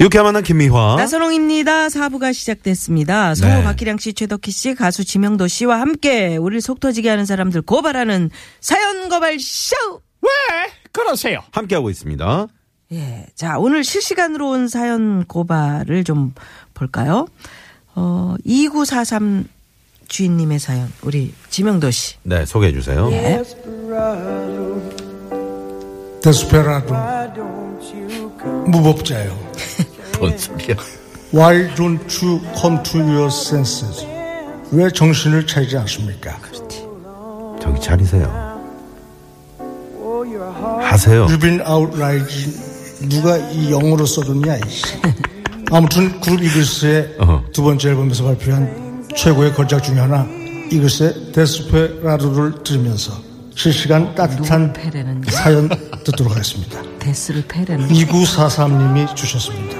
유쾌한 만남 어? 김미화. 나선홍입니다. 사부가 시작됐습니다. 네. 성우 박기량 씨, 최덕희 씨, 가수 지명도 씨와 함께 우리를 속 터지게 하는 사람들 고발하는 사연 고발 쇼. 그러세요. 함께하고 있습니다. 예, 자 오늘 실시간으로 온 사연 고발을 좀 볼까요? 어, 2943 주인님의 사연 우리 지명도 씨. 네, 소개해 주세요. 예. 데스페라도 무법자요. 뭔 소리야. Why don't you come to your senses? 왜 정신을 차리지 않습니까? 그렇죠. 저기 차리세요. 하세요. You've been out riding. 누가 이 영어로 써줬냐 이씨. 아무튼 그룹 이글스의 어허. 두 번째 앨범에서 발표한 최고의 걸작 중에 하나 이글스의 데스페라도를 들으면서 실시간 따뜻한 패레는 사연 듣도록 하겠습니다. 데스를 패레는 2943님이 주셨습니다.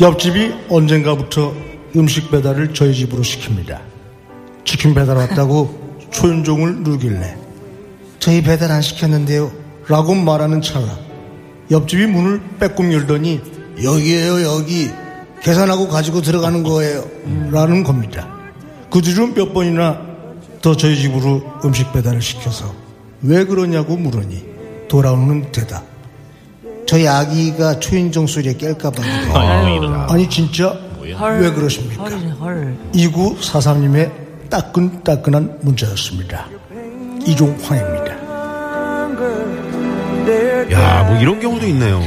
옆집이 언젠가부터 음식 배달을 저희 집으로 시킵니다. 치킨 배달 왔다고 초인종을 누길래 저희 배달 안 시켰는데요. 라고 말하는 찰나 옆집이 문을 빼꼼 열더니 여기에요 여기 계산하고 가지고 들어가는 거예요 라는 겁니다 그 뒤로 몇 번이나 더 저희 집으로 음식 배달을 시켜서 왜 그러냐고 물으니 돌아오는 대답 저희 아기가 초인종 소리에 깰까봐 그래요. 아니 진짜 왜 그러십니까 헐 헐. 2943님의 따끈따끈한 문자였습니다 이종황입니다 음. 야, 뭐 이런 경우도 있네요.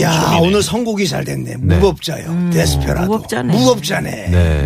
야 오늘 선곡이 잘 됐네 무법자요 데스페라도 음, 무법자네. 무법자네 네,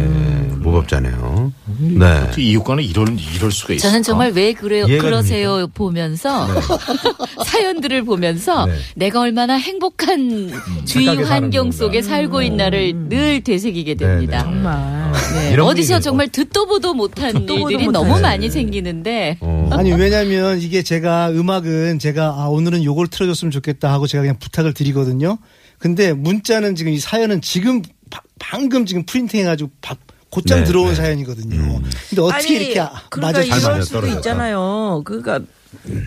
무법자네요. 음. 네. 이웃과는 이럴 이럴 수가 있어. 저는 정말 왜 그래요, 이해가 그러세요 보면서 사연들을 보면서 네. 내가 얼마나 행복한 주위 착하게 사는 환경 건가. 속에 살고 있나를 늘 되새기게 네, 됩니다. 네. 정말. 네, 이런 어디서 분위기. 정말 듣도 보도 못한 일들이 너무 많이 생기는데 어, 아니 왜냐면 이게 제가 음악은 제가 아 오늘은 요걸 틀어줬으면 좋겠다 하고 제가 그냥 부탁을 드리거든요. 근데 문자는 지금 이 사연은 지금 바- 방금 지금 프린팅해가지고 바- 곧장 네, 들어온 네. 사연이거든요. 근데 어떻게 아니, 이렇게 아- 그러니까 맞아? 잘 맞아요, 이럴 수도 떨어져서. 있잖아요. 그러니까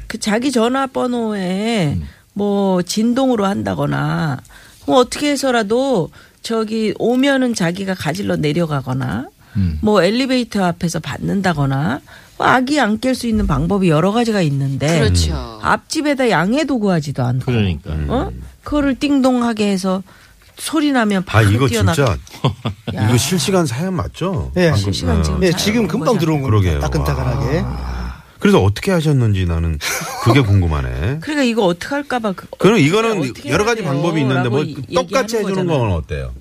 그 자기 전화번호에 뭐 진동으로 한다거나 뭐 어떻게 해서라도 저기 오면은 자기가 가질러 내려가거나 뭐 엘리베이터 앞에서 받는다거나 뭐 아기 안 깰 수 있는 방법이 여러 가지가 있는데 그렇죠. 음. 앞집에다 양해도 구하지도 않고 그러니까. 음. 어? 그거를 띵동하게 해서 소리 나면 아, 바로 이거 뛰어나. 진짜. 이거 실시간 사연 맞죠? 예, 방금, 실시간 지금. 예. 네, 지금 금방 들어온 그러게요. 아. 겁니다. 따끈따끈하게. 그래서 어떻게 하셨는지 나는 그게 궁금하네. 그러니까 이거 어떻게 할까봐 그 그럼 이거는 어떻게 여러 가지 해야 돼요? 방법이 있는데 뭐 라고 얘기하는 똑같이 해주는 거잖아요. 건 어때요?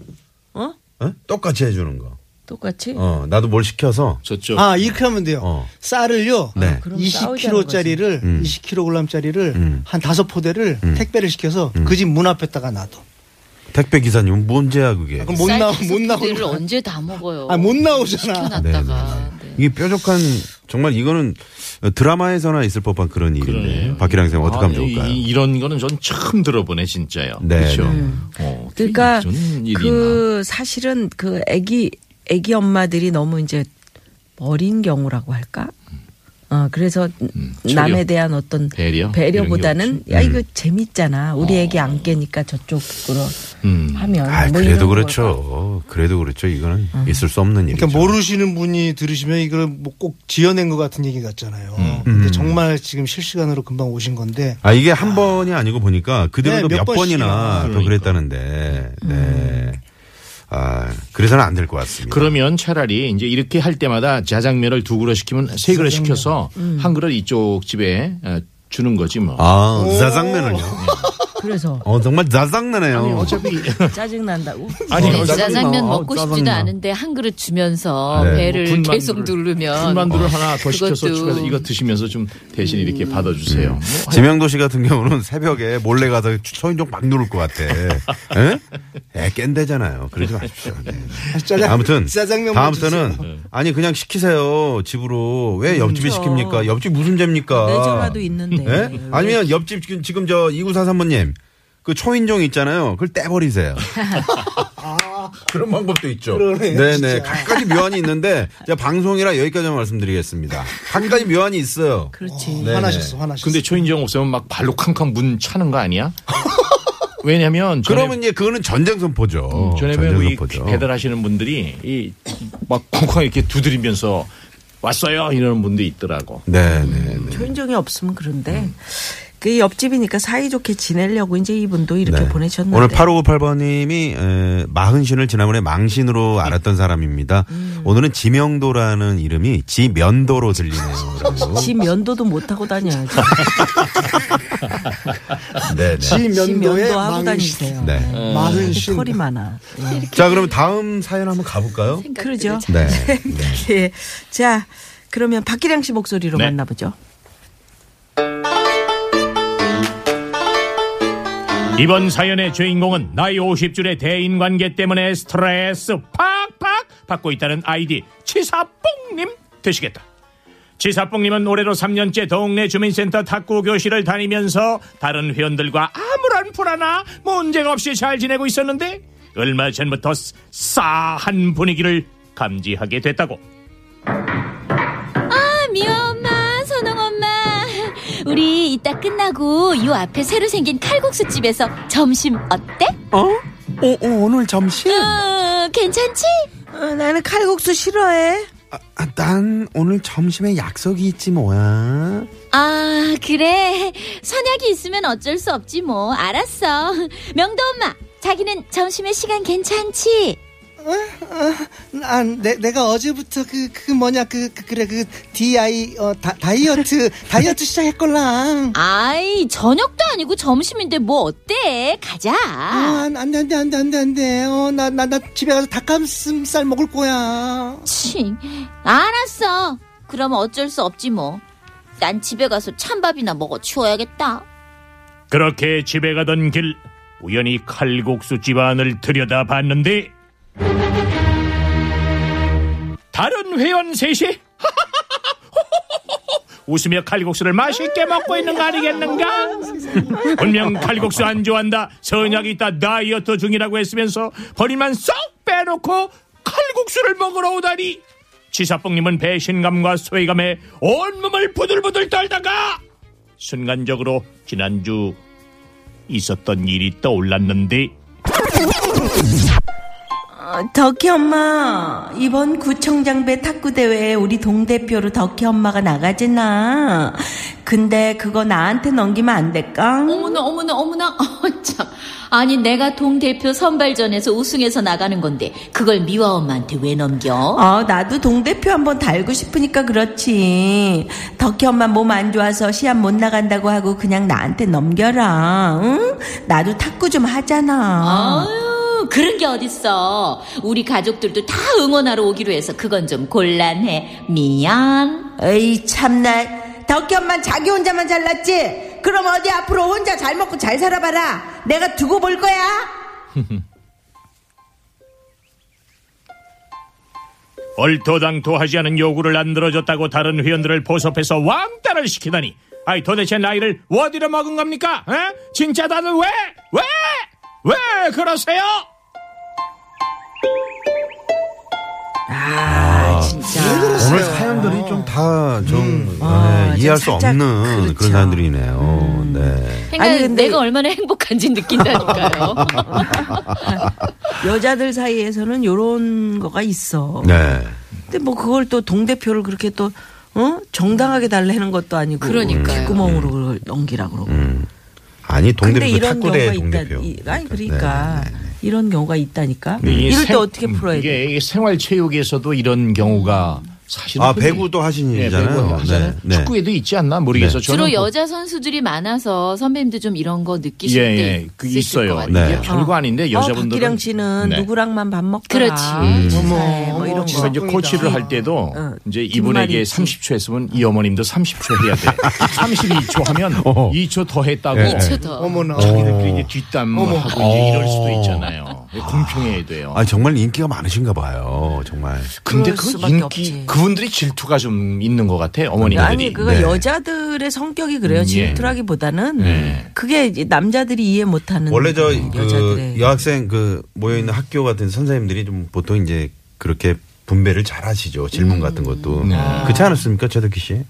어? 어? 똑같이 해주는 거. 똑같이 어, 나도 뭘 시켜서 저쪽. 아 이렇게 하면 돼요. 네. 어. 쌀을요. 네. 그럼 싸우자는 20kg짜리를 20kg짜리를 한 다섯 포대를 택배를 시켜서 그 집 문 앞에다가 놔둬. 택배 기사님은 뭔지야 그게. 그럼 못 쌀 나오 다섯 못 나오는 포대를 거야. 언제 다 먹어요? 아, 못 나오잖아. 시켜놨다가 네. 이게 뾰족한 정말 이거는 드라마에서나 있을 법한 그런 일인데 박기량 쌤 어떻게 하면 아, 이- 좋을까요? 이, 런 거는 전 처음 들어보네 진짜요. 네, 그렇죠. 네. 어, 어떻게 그러니까 이런 일이 그 사실은 그 아기 아기 엄마들이 너무 이제 어린 경우라고 할까? 어 그래서 남에 배려. 대한 어떤 음. 배려? 보다는 이런 음. 야 이거 재밌잖아 어. 우리 애기 안 깨니까 저쪽으로 음. 하면 아, 뭐 그래도 이런 그렇죠. 그래도 그렇죠. 이거는 있을 수 없는 일이죠. 그러니까 모르시는 분이 들으시면 이걸 뭐 꼭 지어낸 것 같은 얘기 같잖아요. 음. 근데 정말 지금 실시간으로 금방 오신 건데 아 이게 한 번이 아니고 보니까 그대로도 네, 몇 몇 번이나 번씩이나. 더 그랬다는데. 네. 아 그래서는 안 될 것 같습니다. 그러면 차라리 이제 이렇게 할 때마다 자장면을 두 그릇 시키면 세 그릇 음. 시켜서 한 그릇 이쪽 집에 어, 주는 거지 뭐. 아 자장면을요. 거. 그래서 어, 정말 짜증나네요. 아니, 어차피 짜증 난다고. 아니, 아니, 짜장면 짜장면 뭐, 먹고 싶지도 짜장면. 않은데 한 그릇 주면서 네. 배를 군만두를- 계속 누르면 군만두를 하나 더 시켜서 그것도- 추가해서 이거 드시면서 좀 대신 이렇게 음. 받아주세요. 뭐, 지명도 씨 같은 경우는 새벽에 몰래 가서 초인종 막 누를 것 같아. 예? 애 깬대잖아요. 그러지 마십시오. 네. 짜장- 아무튼 짜장면 네. 다음부터는 아니 그냥 시키세요 집으로 왜 옆집이 시킵니까? 옆집 무슨 죄입니까? 그렇죠. 내 전화도 있는데. 예? 아니면 옆집 지금, 지금 저 2943번님 그 초인종 있잖아요. 그걸 떼버리세요. 아, 그런 방법도 있죠. 네네. 각가지 묘안이 있는데 제가 방송이라 여기까지만 말씀드리겠습니다. 각가지 묘안이 있어요. 그렇지. 네네. 화나셨어, 화나셨어. 근데 초인종 없으면 막 발로 캄캄 문 차는 거 아니야? 왜냐면 전에- 그러면 이제 그거는 전쟁 선포죠. 음, 전에 어, 전쟁 배우 선포죠. 배달하시는 분들이 이 막 쿵쿵 이렇게 두드리면서 왔어요 이러는 분도 있더라고. 네, 네, 네. 초인종이 없으면 그런데 음. 그 옆집이니까 사이좋게 지내려고 이제 이분도 이렇게 네. 보내셨는데. 오늘 8558번님이 마흔신을 지난번에 네. 망신으로 알았던 사람입니다. 음. 오늘은 지명도라는 이름이 지면도로 들리네요. 라고. 지 면도도 못 하고 다녀야지. 네, 네. 지 지면도에 면도 하고 망신. 다니세요. 네. 마흔 신. 털이 많아. 자, 그럼 다음 사연 한번 가볼까요? 그러죠. 네. 그렇죠. 예. 자, 그러면 박기량 씨 목소리로 네. 만나보죠. 이번 사연의 주인공은 나이 50줄의 대인관계 때문에 스트레스 팍팍 받고 있다는 아이디 치사뽕님 되시겠다. 치사뽕님은 올해로 3년째 동네 주민센터 탁구 교실을 다니면서 다른 회원들과 아무런 불화나 문제가 없이 잘 지내고 있었는데 얼마 전부터 싸한 분위기를 감지하게 됐다고. 아, 미호 엄마, 선홍 엄마. 우리 이따 끝나고 요 앞에 새로 생긴 칼국수 집에서 점심 어때? 어? 오, 오늘 점심? 어, 괜찮지? 어, 나는 칼국수 싫어해. 난 아, 오늘 점심에 약속이 있지 뭐야. 아, 그래. 선약이 있으면 어쩔 수 없지 뭐. 알았어. 명도 엄마, 자기는 점심에 시간 괜찮지? 아, 내, 내가 어제부터 그, 그 뭐냐, 그, 그 그래, 그, DI, 어, 다, 다이어트, 다이어트 시작했걸랑. 아이, 저녁도 아니고 점심인데 뭐 어때? 가자. 아, 안, 안 돼, 안 돼, 안 돼, 안 돼, 안 돼. 어, 나, 나, 나 집에 가서 닭가슴살 먹을 거야. 치. 알았어. 그럼 어쩔 수 없지 뭐. 난 집에 가서 찬밥이나 먹어 치워야겠다. 그렇게 집에 가던 길 우연히 칼국수 집안을 들여다봤는데 다른 회원 셋이 웃으며 칼국수를 맛있게 먹고 있는 거 아니겠는가? 분명 칼국수 안 좋아한다 선약이 있다 다이어트 중이라고 했으면서 버리만 쏙 빼놓고 칼국수를 먹으러 오다니 지사뽕님은 배신감과 소외감에 온몸을 부들부들 떨다가 순간적으로 지난주 있었던 일이 떠올랐는데 어, 덕희 엄마, 이번 구청장배 탁구대회에 우리 동대표로 덕희 엄마가 나가잖아. 근데 그거 나한테 넘기면 안 될까? 어머나 어머나 어머나 어, 참. 아니 내가 동대표 선발전에서 우승해서 나가는 건데 그걸 미화 엄마한테 왜 넘겨? 어, 나도 동대표 한번 달고 싶으니까 그렇지. 덕희 엄마 몸 안 좋아서 시합 못 나간다고 하고 그냥 나한테 넘겨라. 응? 나도 탁구 좀 하잖아. 아유 그런 게 어딨어 우리 가족들도 다 응원하러 오기로 해서 그건 좀 곤란해 미안 에이, 참나. 덕희 엄마 자기 혼자만 잘났지? 그럼 어디 앞으로 혼자 잘 먹고 잘 살아봐라. 내가 두고 볼 거야. 얼토당토하지 않은 요구를 안 들어줬다고 다른 회원들을 보섭해서 왕따를 시키다니 아이 도대체 나이를 어디로 먹은 겁니까? 에? 진짜 다들 왜? 왜? 왜 그러세요? 오늘 사연들이 좀 다 좀 네, 아, 좀 이해할 수 살짝 없는 그런 그렇죠. 음. 사연들이네요. 네. 그러니까 아니, 근데- 내가 얼마나 행복한지 느낀다니까요 여자들 사이에서는 요런 거가 있어. 네. 근데 뭐 그걸 또 동대표를 그렇게 또 어? 정당하게 달래는 것도 아니고 그러니까요. 뒷구멍으로 그걸 넘기라 그러고. 아니 음, 근데 동대표 이런 탁구대 경우가 있다. 동대표. 이- 아니 그러니까 네, 네, 네. 음, 이런 경우가 있다니까. 이럴 때 어떻게 풀어야 돼? 생활체육에서도 이런 경우가 사실은 아 흔히- 배구도 예, 하신이잖아요. 네, 배구 하잖아요. 축구에도 있지 않나 모르겠어. 저는 주로 그- 여자 선수들이 많아서 선배님도 좀 이런 거 예, 느끼실 때 예, 그 있으실 것 있어요. 같아요. 네. 이게 별거 아닌데 어, 여자분들은 박기량 씨는 네. 누구랑만 밥 먹더라. 그렇지. 음. 치사해, 뭐 어머, 이런 그래서 거. 이제 어, 코치를 할 때도 어, 이제 뒷말이 이분에게 있지. 30초 했으면 이 어머님도 30초 해야 돼. 32초 하면 어. 2초 더 했다고. 예, 예. 미쳐 더. 어머나. 자기들끼리 이제 뒷담하고 이제 이럴 수도 어. 있잖아요. 공평해야 돼요. 아 정말 인기가 많으신가 봐요. 정말. 근데 그럴 그 수밖에 인기 없지. 그분들이 질투가 좀 있는 것 같아 어머니들이. 아니 그거 네. 여자들의 성격이 그래요. 음, 예. 질투라기보다는 네. 그게 이제 남자들이 이해 못하는 원래 저 그 여자들의 여학생 그 모여 있는 학교 같은 선생님들이 좀 보통 이제 그렇게 분배를 잘 하시죠. 질문 같은 것도. 음. 네. 그렇지 않았습니까, 최덕기 씨?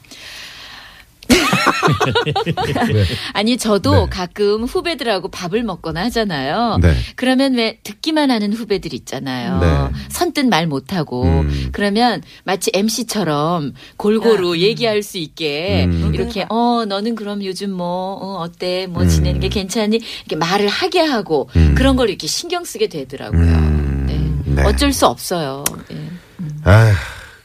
아니 저도 네. 가끔 후배들하고 밥을 먹거나 하잖아요. 네. 그러면 왜 듣기만 하는 후배들 있잖아요. 네. 선뜻 말 못하고 음. 그러면 마치 MC처럼 음. 골고루 얘기할 수 있게 음. 이렇게 그러니까. 어 너는 그럼 요즘 뭐 어, 때뭐 음. 지내는 게 괜찮니 이렇게 말을 하게 하고 음. 그런 걸 이렇게 신경 쓰게 되더라고요. 음. 네. 네. 어쩔 수 없어요. 예. 아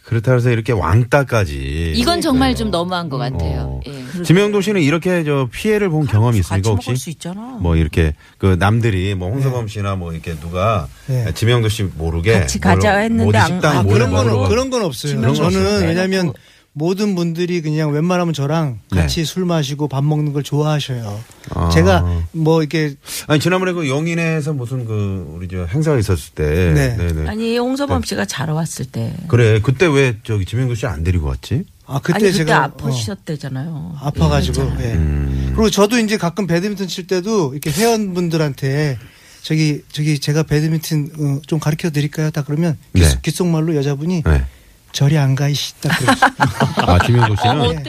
그렇다 해서 이렇게 왕따까지. 이건 정말 좀 너무한 것 어. 같아요. 예. 지명도 씨는 이렇게 저 피해를 본 경험이 그렇죠. 아, 같이 있습니까 혹시? 먹을 수 네. 있잖아. 뭐 이렇게 그 남들이 뭐 홍서범 씨나 뭐 이렇게 누가 네. 지명도 씨 모르게 같이 가자 했는데 모두 안- 식당 아, 아, 모여 그런 건, 먹으러 없- 가- 그런 건 없어요. 그런 건 저는 없어요. 네. 왜냐면 모든 분들이 그냥 웬만하면 저랑 같이 술 마시고 밥 먹는 걸 좋아하셔요. 네. 아. 제가 뭐 이렇게 아니 지난번에 그 용인에서 무슨 그 우리 저 행사가 있었을 때 네. 네네. 아니 홍서범 씨가 자러 왔을 때 그래 그때 왜 저기 지명도 씨 안 데리고 왔지? 아 그때 아니 그때 제가 아프셨대잖아요. 음, 어, 아파가지고 음, 예. 그리고 저도 이제 가끔 배드민턴 칠 때도 이렇게 회원분들한테 저기 저기 제가 배드민턴 어, 좀 가르쳐 드릴까요? 딱 그러면 네. 귓속- 귓속말로 여자분이 네. 저리 안 가이시다. 아 지명도 씨는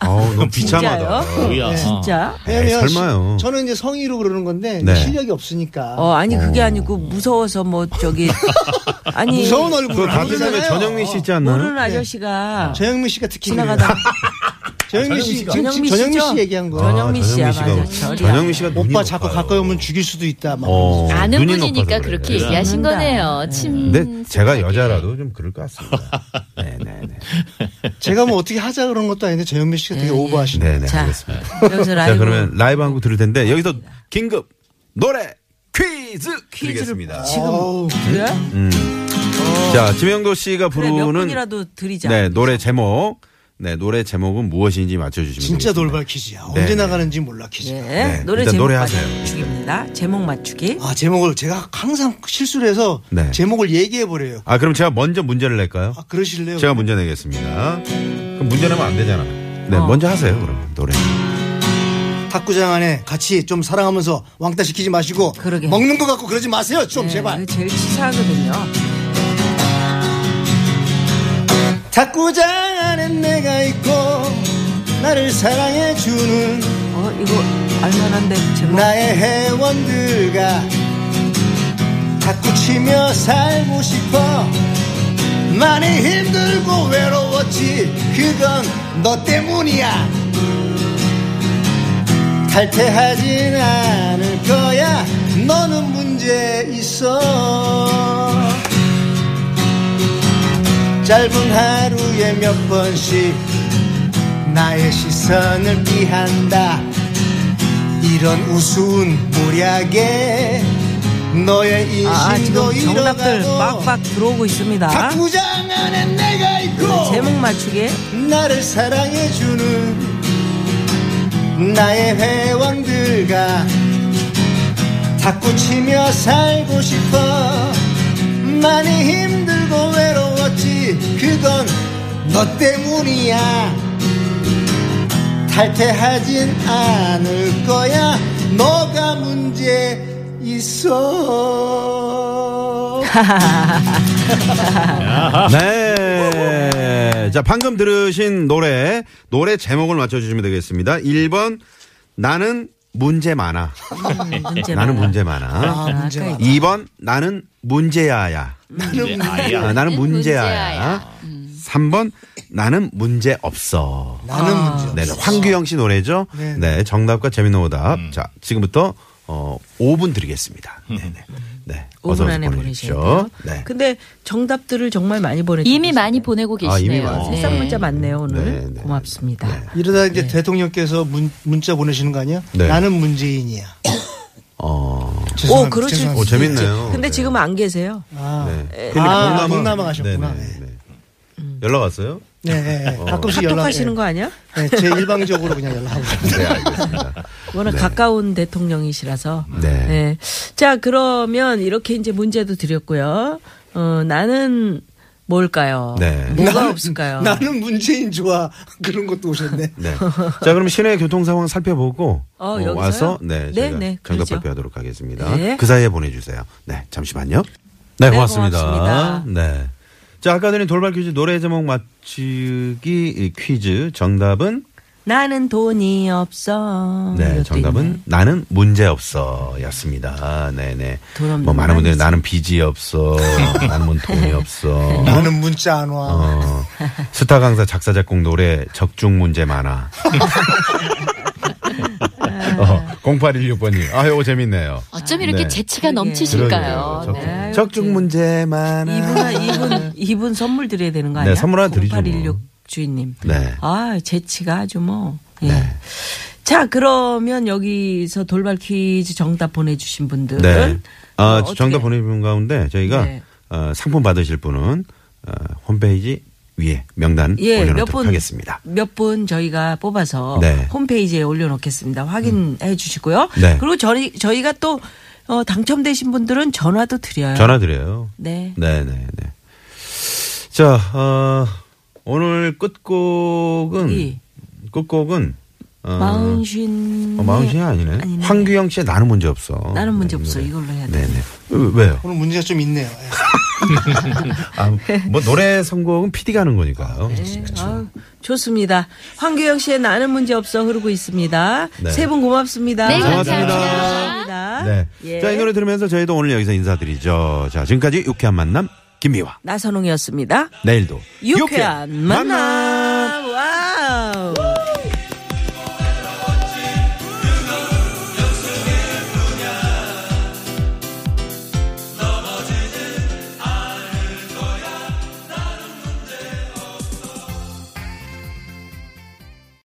아우 너무 비참하다. 뭐야. 어, 네, 진짜? 에이, 설마요. 네, 저는 이제 성의로 그러는 건데 네. 실력이 없으니까. 어 아니 그게 아니고 무서워서 뭐 저기 아니 무서운 얼굴. 네. 그 같은 사람에 전영민 씨 있지 않나요? 모르는 아저씨가 전영민 씨가 특히 지나가다 전영민 씨 씨가. 지금 전영민 전영민 씨죠? 씨 얘기한 거. 전영민 씨야 아, 씨가 뭐 맞아. 저리 안 전영민 씨가 눈이 오빠 자꾸 높아요. 가까이 오면 죽일 수도 있다. 막. 어, 아는 눈이 분이니까 높아서 그래요. 네. 그렇게 얘기하신 그런다. 거네요. 침. 근데 제가 여자라도 좀 그럴 것 같습니다. 네네네. 제가 뭐 어떻게 하자 그런 것도 아닌데 전영민 씨가 되게 오버하시네. 네네. 자 알겠습니다. 여기서 자, 라이브 그러면 라이브 한 곡 들을 텐데 여기서 긴급 노래 퀴즈 드리겠습니다. 지금 그래? 자, 지명도 씨가 그래 몇 음, 부르는 분이라도 드리자. 네, 노래 제목. 네, 노래 제목은 무엇인지 맞춰 주시면 진짜 돌발 퀴즈야. 언제 네. 나가는지 몰라 퀴즈. 예, 네, 노래 일단 제목 노래하세요. 맞추기입니다. 제목 맞추기. 아 제목을 제가 항상 실수를 해서 네. 제목을 얘기해 버려요. 아, 그럼 제가 먼저 문제를 낼까요? 아 그러실래요? 제가 문제 내겠습니다. 그럼 문제 내면 안 되잖아. 네, 어. 먼저 하세요. 그럼 노래. 탁구장 안에 같이 좀 사랑하면서 왕따 시키지 마시고 그러게. 먹는 거 갖고 그러지 마세요. 좀 네, 제발. 이거 제일 치사하거든요. 그- 탁구장 안엔 내가 있고 나를 사랑해 주는 어 이거 알만한데 제목. 나의 회원들과 자꾸 치며 살고 싶어 많이 힘들고 외로웠지 그건 너 때문이야 탈퇴하진 않을 거야 너는 문제 있어 짧은 하루에 몇 번씩 나의 시선을 피한다 이런 우스운 무략에 너의 아, 아, 인심도 지금 정답들 잃어가고 빡빡 들어오고 있습니다. 네, 탁구장 안에 내가 있고 제목 맞추기. 나를 사랑해주는 나의 회원들과 자꾸 치며 살고 싶어 많이 힘들고 외로웠지 그건 너 때문이야 탈퇴하진 않을 거야 너가 문제 있어 네. 자, 방금 들으신 노래, 노래 제목을 맞춰주시면 되겠습니다. 1번, 나는 문제 많아. 문제 나는 많아. 문제 많아. 아, 문제가 아까 2번, 나는 문제야야. 이제 아야. 네, 아, 나는 문제야야. 문제야야. 음. 3번, 나는 문제 없어. 나는 문제 아. 네, 황규영 씨 노래죠? 네. 음. 네, 정답과 재밌는 오답. 자, 지금부터 어, 5분 드리겠습니다. 네네. 네. 오분 어서 안에 그 보내주십시오. 보내셔야 돼요. 네. 근데 정답들을 정말 많이 보내주고 이미 계시네요. 많이 보내고 계시네요. 아, 이미 많이. 네. 새싹 문자 많네요 오늘. 네, 네. 고맙습니다. 이러다 이제 대통령께서 문, 문자 보내시는 거 아니야? 네. 나는 문재인이야. 어, 죄송합니다. 오, 그러실 죄송합니다. 오, 재밌네요. 근데 네. 지금 안 계세요. 아, 네. 아, 동남아 가셨구나. 네네, 네. 음. 연락 왔어요? 네, 네, 네. 가끔씩 연락. 카톡하시는 거 아니야? 네, 제 일방적으로 그냥 연락하고. 네, 알겠습니다. 워낙 가까운 대통령이시라서. 네. 네. 자, 그러면 이렇게 이제 문제도 드렸고요. 어, 나는 뭘까요? 네. 뭐가 나는- 없을까요? 나는 문재인 좋아 그런 것도 오셨네. 네. 자, 그럼 시내 교통 상황 살펴보고 어, 여기서요? 와서 네, 네, 저희가 네, 정답 그러죠. 발표하도록 하겠습니다. 네. 그 사이에 보내주세요. 네, 잠시만요. 네, 네, 고맙습니다. 고맙습니다. 네. 자, 아까 전에 돌발 퀴즈 노래 제목 맞추기 이 퀴즈 정답은 나는 돈이 없어. 네, 이것도 정답은 있네. 나는 문제 없어였습니다. 네, 네. 돈 없는 뭐 많은 분들이 아니지. 나는 빚이 없어, 나는 뭐 돈이 없어. 네. 나는 문자 안 와. 어, 스타 강사 작사 작곡 노래 적중 문제 많아. 아. 어, 0816번님. 아, 이거 재밌네요. 어쩜 이렇게 네. 재치가 그러네요. 넘치실까요? 적중, 네. 네, 적중 문제 많아. 이분, 이분, 이분 선물 드려야 되는 거 네, 아니야? 선물 하나 드리죠, 0816 뭐. 주인님. 네. 아, 재치가 아주 뭐. 예. 자, 그러면 여기서 돌발 퀴즈 정답 보내주신 분들은. 네. 아, 어, 정답 어떻게- 보내주신 가운데 저희가 네. 어, 상품 받으실 분은 어, 홈페이지 위에 명단 예, 몇 올려놓도록 분, 하겠습니다. 몇 분 저희가 뽑아서 네. 홈페이지에 올려놓겠습니다. 확인해 주시고요. 네. 그리고 저희, 저희가 또 어, 당첨되신 분들은 전화도 드려요. 전화 드려요. 네. 네, 네, 네. 자, 어, 오늘 끝곡은 예. 끝곡은 어, 마흔쉰. 어, 마흔이 아니네. 아니네. 황규영 씨의 나는 문제 없어. 나는 문제 네, 없어. 노래. 이걸로 해야 돼. 네네. 왜- 왜요? 오늘 문제가 좀 있네요. 예. 아, 뭐 노래 선곡은 PD가 하는 거니까요. 네, 아유, 좋습니다. 황규영 씨의 나는 문제 없어 흐르고 있습니다. 네. 세 분 고맙습니다. 네, 고맙습니다. 감사합니다. 네. 예. 자, 이 노래 들으면서 저희도 오늘 여기서 인사드리죠. 자, 지금까지 유쾌한 만남 김미화. 나선홍이었습니다. 내일도 유쾌한 만남. 와우.